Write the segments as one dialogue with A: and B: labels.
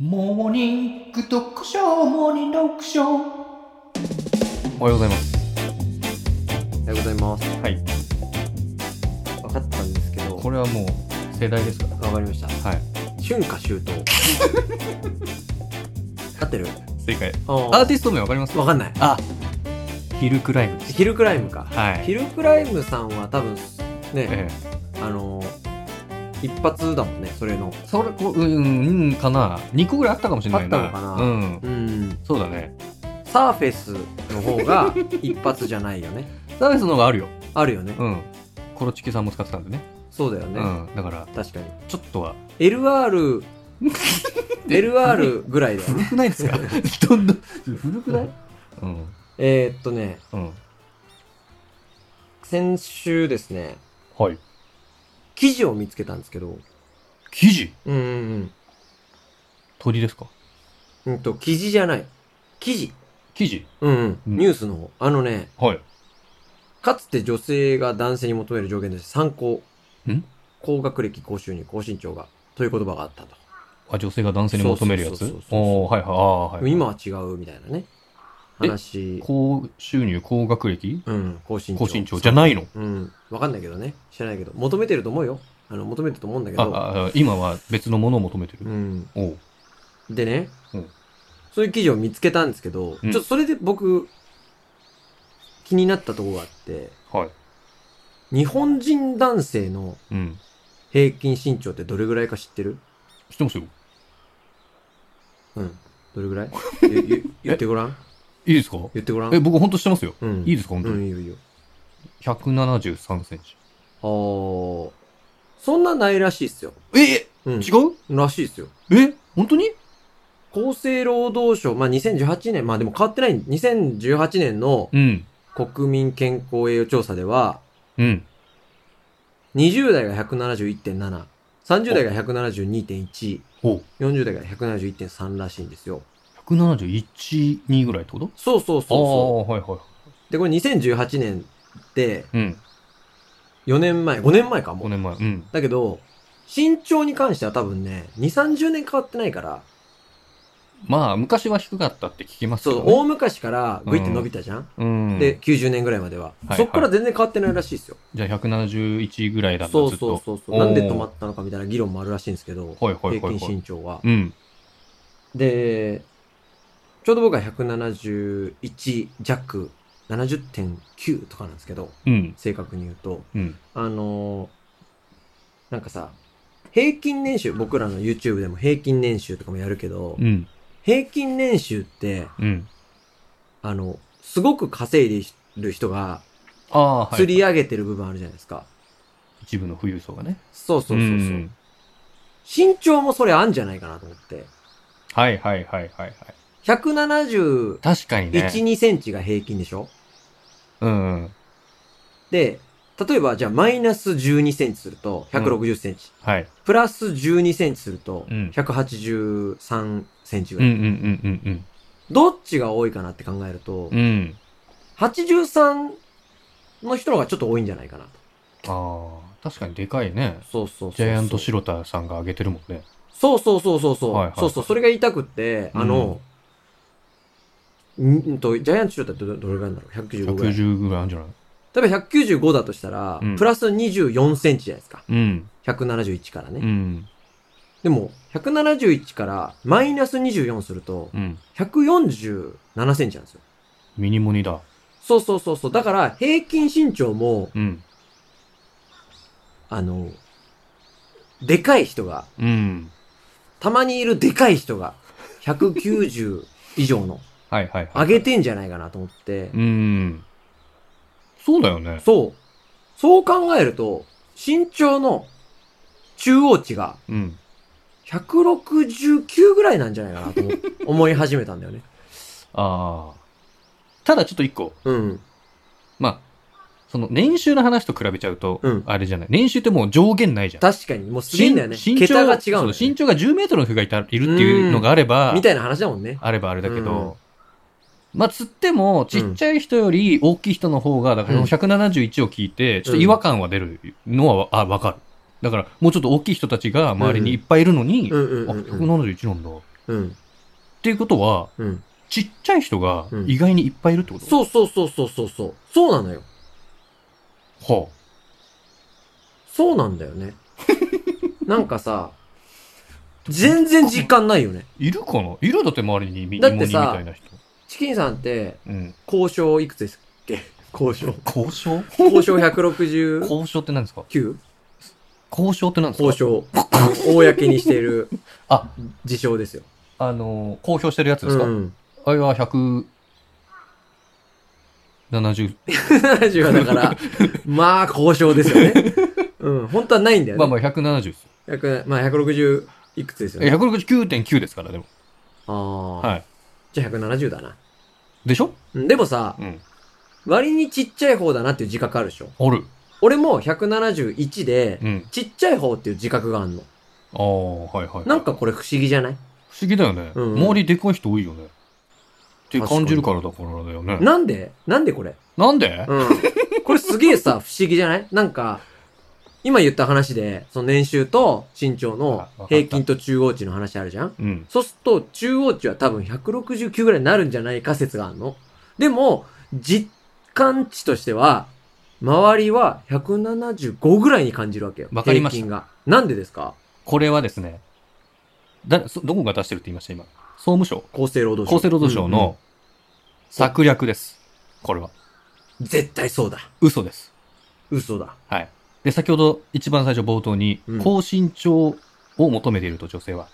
A: モーニング読書、モーニング読書。
B: おはようございます。
C: おはようございます。
B: はい。
C: 分かったんですけど、
B: こ
C: わ
B: れはもう世代ですか
C: かりました。
B: ら。はい。
C: 春夏秋冬。合ってる
B: 正解。ア
C: あ
B: ーティスト名わかります
C: わかんない。
B: あ、ヒルクライムです。
C: ヒルクライムか。
B: はい。
C: ヒルクライムさんは多分、ね、
B: ええ、
C: あのー、一発だもんね、それの。
B: それこううんうんかな2個ぐらいあったかもしれないな
C: あったのかな
B: うん
C: うん。
B: そうだね
C: サーフェスの方が一発じゃないよね。
B: サービスの方があるよ
C: あるよね。
B: うんコロチキさんも使ってたんでね
C: そうだよ
B: う
C: ね。
B: んだから
C: 確かに。
B: ちょっとは
C: LR、LR ぐらいだよ
B: 古
C: ね。
B: くないですかどんどん古くないうん
C: えーっとね、
B: うん
C: 先週ですね、
B: はい
C: 記事を見つけたんですけど、
B: 生地
C: うんうん
B: 鳥ですか
C: うん。うんと、記事じゃない。記事。
B: 生地
C: うん、うん。
B: うん
C: ニュースの方。あのね、
B: はい
C: かつて女性が男性に求める上限として参考。
B: ん
C: 高学歴、高収入、高身長が。という言葉があったと。
B: あ女性が男性に求めるや
C: そう
B: つ
C: そうそうそう
B: おーはいはいあーはい
C: 今は違うみたいなね。
B: え
C: 話。
B: 高収入高学歴
C: うん、高身長。
B: 高身長じゃないの
C: うん。わかんないけどね。知らないけど。求めてると思うよ。あの、求めてると思うんだけ
B: あ
C: ど。
B: ああ今は別のものを求めて
C: う
B: る
C: ん。
B: おう
C: でね、
B: うん
C: そういう記事を見つけたんですけど、
B: うん
C: ちょっとそれで僕、気になったとこがあって、
B: はい
C: 日本人男性の
B: うん
C: 平均身長ってどれぐらいか知ってる
B: 知ってますよ
C: うん。どれぐらいゆ ゆ言ってごらん
B: いいですか
C: 言ってごらん
B: え、僕ほんと知ってますよ。
C: うん。
B: いいですか、ほんと
C: う
B: に。
C: ん、いいよいいよ。
B: 173センチ。
C: あー。そんなないらしいっすよ。
B: え、
C: うん。
B: 違う
C: らしいっすよ。
B: え、ほんとに
C: 厚生労働省、まあ、2018年、まあでも変わってない、2018年の
B: うん。
C: 国民健康栄養調査では、
B: うん。
C: 20代が171.7、30代が172.1、
B: ほ
C: 40代が171.3らしいんですよ。
B: う。171、2ぐらいってこと
C: そうそうそうそ
B: ああ、はいは
C: う。で、これ2018年って、
B: い。うん。
C: 4年前、5年前か
B: 5
C: も。
B: 年前。うん。
C: だけど、身長に関しては多分ね、2、30年変わってないから、
B: まあ、昔は低かったって聞きますけ
C: そ
B: ど、
C: う、
B: ね。
C: 大昔からグイって伸びたじゃん、
B: そう、うん。
C: で、
B: で、
C: 90年ぐらいまでは。
B: はい
C: そっから全然変わってないらしいですよ。
B: じゃあ171ぐらいだった、
C: そう
B: ずっ
C: そう
B: と。
C: そうそ
B: お
C: う。
B: ー
C: なんで止まったのかみたいな議論もあるらしいんですけど、
B: はいはいはいは
C: 平
B: い
C: 均身長は。
B: うん。
C: で、ちょうど僕は171弱、70.9とかなんですけど、
B: うん。
C: 正確に言うと、
B: うん。
C: あのーなんかさ、平均年収、僕らの YouTube でも平均年収とかもやるけど、
B: うん。
C: 平均年収って、
B: うん。
C: あの、すごく稼いでる人が
B: ああ、はい。
C: 釣り上げてる部分あるじゃないですか。
B: 一部の富裕層がね。
C: そうそうそうそう。
B: ん
C: 身長もそれあんじゃないかなと思って。
B: はいはいはいはいはい。
C: 171、
B: 確かにね。
C: 2センチが平均でしょ
B: うん。うん
C: で、例えばじゃあマイナス12センチすると160センチ。
B: はい。
C: プラス12センチすると
B: うん
C: 183センチぐ
B: う
C: ら
B: ん
C: い。
B: うんうん
C: どっちが多いかなって考えると、
B: うんうん。うん。
C: 83の人の方がちょっと多いんじゃないかなと。
B: ああ、確かにでかいね。
C: そうそうそう。
B: ジャイアントシロタさんが上げてるもんね。
C: そうそうそうそうそう。
B: はいはい
C: そうそう、それが言いたくって、あの、んんと、ジャイアントシロタってどどれぐらいなんだろう ?195 ぐらい。
B: 190ぐらいあるんじゃない
C: 例えば195だとしたら、
B: うん
C: プラス24センチじゃないですか。
B: うん。
C: 171からね。
B: うん。
C: でも、171からマイナス24すると、
B: うん。
C: 147センチなんですよ。
B: ミニモニだ。
C: そうそうそうそう。だから、平均身長も、
B: うん。
C: あの、でかい人が、
B: うん。
C: たまにいるでかい人が、190以上の、
B: はいはいはい。
C: 上げてんじゃないかなと思って、
B: うん。そうだよね。
C: そう。そう考えると、身長の中央値が
B: うん。
C: 169ぐらいなんじゃないかなと思思い始めたんだよね。
B: ああ。ただちょっと一個。
C: うん。
B: まあ、その年収の話と比べちゃうと
C: うん、
B: あれじゃない。年収ってもう上限ないじゃん。
C: 確かに、もうすげえんだよね。
B: 身身
C: 桁
B: 長
C: が違うんだよね
B: そう身長が10メートルの人がいたいるっていうのがあれば、
C: みたいな話だもんね。
B: あればあれだけど、まあ、つっても、ちっちゃい人より大きい人の方が、だから
C: うん
B: 171を聞いて、ちょっと違和感は出るのは、あ、わかる。だから、もうちょっと大きい人たちが周りにいっぱいいるのに、
C: うんうん
B: あ、
C: うんうん。
B: 171なんだ。
C: うん。
B: ていうことは、
C: うん。
B: ちっちゃい人が
C: うん
B: 意外にいっぱいいるってこと、
C: そうそうそうそうそうそう。そうなのよ。
B: は
C: そうなんだよね。なんかさ、全然実感ないよね。
B: あ、いるかないるだって周りにみ
C: だってさ
B: 芋煮みたいな人。
C: チキンさんって、
B: うん。
C: 交渉いくつですっけ交渉。
B: 交渉
C: 交渉 169?
B: 交渉って何ですか交渉って何ですか
C: 交渉。あの公にしている
B: あ、
C: 事象ですよ。
B: あのー、公表してるやつですか、
C: うん。
B: あれは170。
C: 70はだから、まあ、交渉ですよ ね。うん。本当はないんだよね。
B: まあまあ170ですよ。
C: 100まあ、160いくつですよ
B: え
C: ね。
B: 169.9ですから、でも。
C: ああ、
B: はい。
C: じゃあ170だな。
B: でしょ
C: うんでもさ、
B: うん。
C: 割にちっちゃい方だなっていう自覚あるでしょ。
B: ある。
C: 俺も171で、
B: うん。
C: ちっちゃい方っていう自覚があんの。
B: ああ、はいはい。
C: なんかこれ不思議じゃない
B: 不思議だよね。
C: うん
B: 周りでかい人多いよね。って感じるからだからだよね。
C: なんでなんでこれ
B: なんで
C: うん。これすげえさ、不思議じゃないなんか、今言った話で、その年収と身長の平均と中央値の話あるじゃん
B: うん。
C: そうすると、中央値は多分169ぐらいになるんじゃないか説があるの。でも、実感値としては、周りは175ぐらいに感じるわけよ。
B: わかりました
C: 平均が。なんでですか
B: これはですね、だそどこが出してるって言いました今。総務省。
C: 厚生労働省。
B: 厚生労働省
C: うんうん
B: の策略です。これは。
C: 絶対そうだ。
B: 嘘です。
C: 嘘だ。
B: はい。で、先ほど一番最初冒頭に
C: うん、
B: 高身長を求めていると女性は。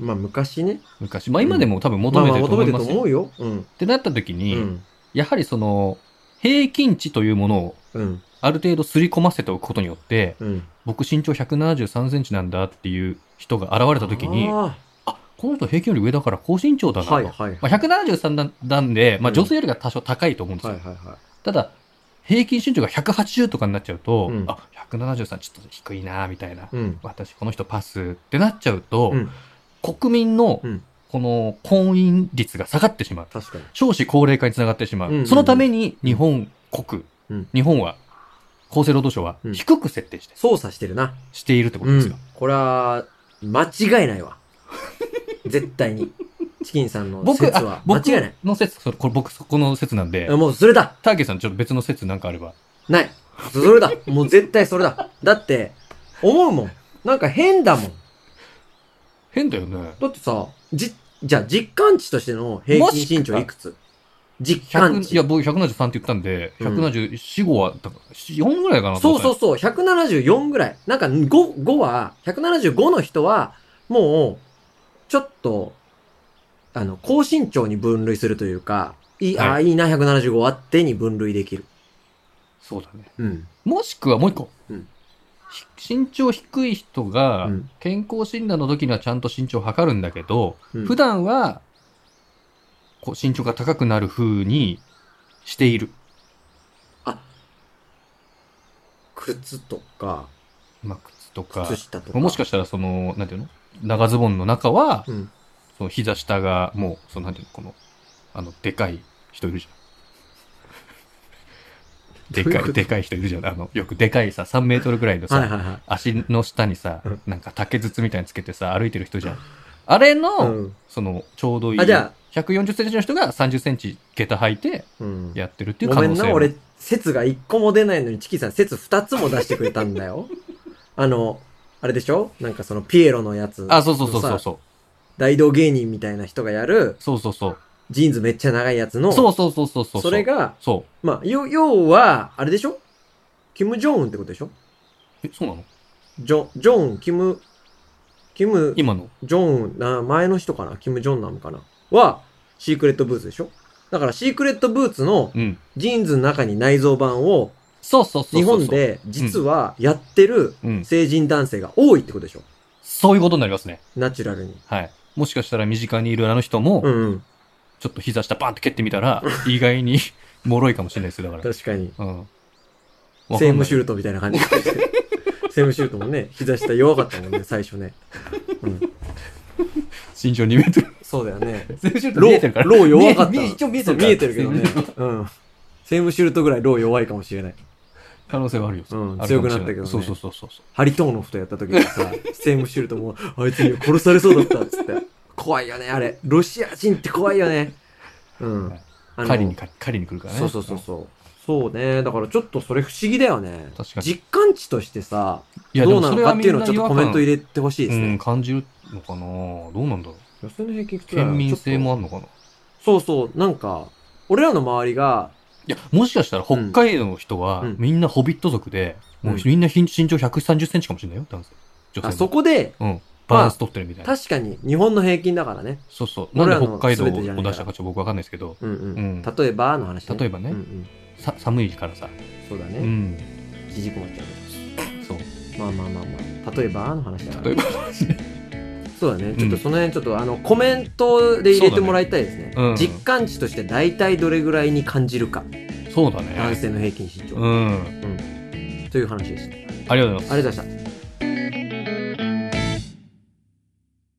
C: まあ昔ね。
B: 昔。まあ今でも多分求めてると思い
C: ま
B: ま
C: あまあ求め
B: す
C: てると
B: よ。
C: 思
B: っ
C: うよ。うん。
B: てなった時
C: う
B: に、
C: ん。
B: やはりその、平均値というものを
C: うん。
B: ある程度すり込ませておくことによって、
C: うん。
B: 僕身長173センチなんだっていう人が現れた時に、
C: あ
B: この人平均より上だから高身長だ
C: ー
B: なと。
C: はいはいはい。
B: まあ、173なんなんで、まあ、
C: うん
B: 女性よりが多少高いと思うんですよ。
C: はいはいはい。
B: ただ、平均身長が180とかになっちゃうと、
C: うん
B: あ、173ちょっと低いな、みたいな。
C: うん。
B: 私この人パスってなっちゃうと、
C: うん
B: 国民の
C: うん
B: この婚姻率が下がってしまう。
C: 確かに。
B: 少子高齢化につながってしまう。
C: うんうんうん
B: そのために日本国、
C: うん
B: 日本は、厚生労働省は
C: うん
B: 低く設定して、
C: 操作してるな。
B: しているってこと
C: う
B: ですよ
C: ん。。これは、間違いな いわ。絶対に。チキンさんの
B: 僕
C: 説、
B: あ、
C: は間
B: 僕
C: 違いない。
B: の説、それこれ僕、この説なんで、
C: もうそれだ
B: ターゲーさんちょっと別の説なんかあれば。
C: ないそれだもう絶対それだだって、思うもん。なんか変だもん。
B: 変だよね。
C: だってさ、じ、じゃあ実感値としての平均身長いくつ実感
B: 100い
C: 値
B: や、。僕173って言ったんで、
C: うん
B: 174、5は、だから4ぐらいかなと
C: そ
B: 思
C: う
B: った
C: そうそう、174ぐらい。なんか5、5は、175の人は、もう、ちょっと、あの、高身長に分類するというか、いい、あ
B: は
C: あ、いいな、175はってに分類できる。
B: そうだね。
C: うん。
B: もしくはもう一個。
C: うん
B: ひ身長低い人が
C: うん、
B: 健康診断の時にはちゃんと身長を測るんだけど、
C: うん
B: 普段は、こう身長が高くなる風にしている。
C: 靴とか、
B: まあ、靴とか
C: 靴、下とか。
B: もしかしたらその、なんていうの長ズボンの中は、
C: うん。
B: その膝下がもう、そのなんていうのこの、あの、でかい人いるじゃん。で
C: どういう
B: か
C: こと
B: い、でかい人いるじゃん。あの、よくでかいさ、3メートルぐらいのさ、
C: はいはいは
B: 足の下にさ
C: うん、
B: なんか竹筒みたいにつけてさ、歩いてる人じゃん。あれ
C: い。
B: の、
C: うん。
B: その、ちょうどいい。
C: あ、じゃ
B: 140センチの人が30センチ下駄履いて
C: あ、うん。
B: やってるっていう
C: ご
B: 可
C: め
B: 能
C: ん
B: 性
C: な、
B: も
C: 俺、説が1個も出ないのに、チキンさん、説2つも出してくれたんだ よ。あの、あれでしょなんかそのピエロのやつ。
B: あ、そうそうそうそう
C: さ
B: そう。
C: 大道芸人みたいな人がやる、
B: そうそうそう。
C: ジーンズめっちゃ長いやつの、
B: そうそうそうそうそう。
C: それ、が、
B: そう。
C: まあ、よ要は、あれでしょキム・ジョンウンってことでしょ
B: え、そうなの
C: ジョ、ジョンウン、キム、キム、
B: 今の。
C: ジョンウン、な、前の人かなキム・ジョンナムかなは、シークレットブーツでしょだから、シークレットブーツの
B: うん。
C: ジーンズの中に内蔵版を、
B: そうそうそうそう。
C: 日本。で実はやってる
B: うん。
C: 成人男性が多いってことでしょ
B: そういうことになりますね。
C: ナチュラルに。
B: はい。もしかしたら身近にいるあの人も、
C: うんうん。
B: ちょっと膝下バンって蹴ってみたら、意外に脆いかもしれないですよ、だか
C: 確かに。
B: ら。うん。
C: セームシュ
B: ル。
C: ルトみたいな感じで。セームシュルトもね、膝下弱かったもんね、最初ね。うん。
B: 身長2メートル。
C: そうだよね。
B: セームシュルト
C: ロ
B: 見えてるか
C: ー、
B: ら。
C: ロー弱かったの。
B: 見え見え一応見えてるから
C: そう見えてるけどね。うん。セームシュルトぐらいロー弱いかもしれない。
B: 可能性はあるよ。
C: うん
B: あるかもしれ
C: 強く
B: い
C: なったけどね
B: そうそうそうそう。
C: ハリトーノフとやった時にさ、セームシュルトも、あいつに殺されそうだったっつって、怖いよね、あれ。ロシア人って怖いよね。うん。あの
B: 狩りに、狩り狩りに来るからね。
C: そうそうそうそう。そうね。だからちょっとそれ不思議だよね。
B: 確かに
C: 実感値としてさ、
B: いや、で
C: どう
B: も
C: な
B: そ
C: の
B: れ
C: か
B: は
C: っ
B: み
C: てい
B: ん
C: うのを
B: な
C: ち
B: 違
C: ょっと
B: 和
C: コ
B: 感
C: メント入れてほしいです
B: うん、
C: ね。
B: 感じるのかなどうなんだろう。
C: 予選の平均ってのは
B: 県民性もあ
C: ちょっ
B: んのかない
C: とそうそう。なんか、俺らの周りが、
B: や、もしかしたら北海道の人は、
C: うん
B: みんなホビット族で、もううんみんなひん身長130センチかもしれないよ、男性。女性も
C: あそこで、
B: うん。バランス取ってるみたいな。
C: 確かに日本の平均だからね。
B: そうそう。なん
C: 俺
B: で
C: らの
B: 北海道を
C: 全てじゃないから
B: 出したかちょっと僕わかんないですけど、
C: うんう
B: うん
C: ん。例えばの話、ね。
B: 例えばね
C: うんうん。
B: さ寒いからさ。
C: そうだ
B: う
C: ね。
B: ん。
C: 縮こまっちゃうね。
B: そう。
C: まあまあまあまあ。例えばの話だから。
B: 例えば。
C: そうだね。
B: ん
C: ちょっとその辺、ちょっとあの、コメントで入れてもらいたいですね。
B: そうだねうん
C: 実感値として大体どれぐらいに感じるか。
B: そうだ
C: 男
B: ね。
C: 性の平均身長。
B: うん。
C: という話でした。あり
B: ありがとうございます。
C: がとうございました。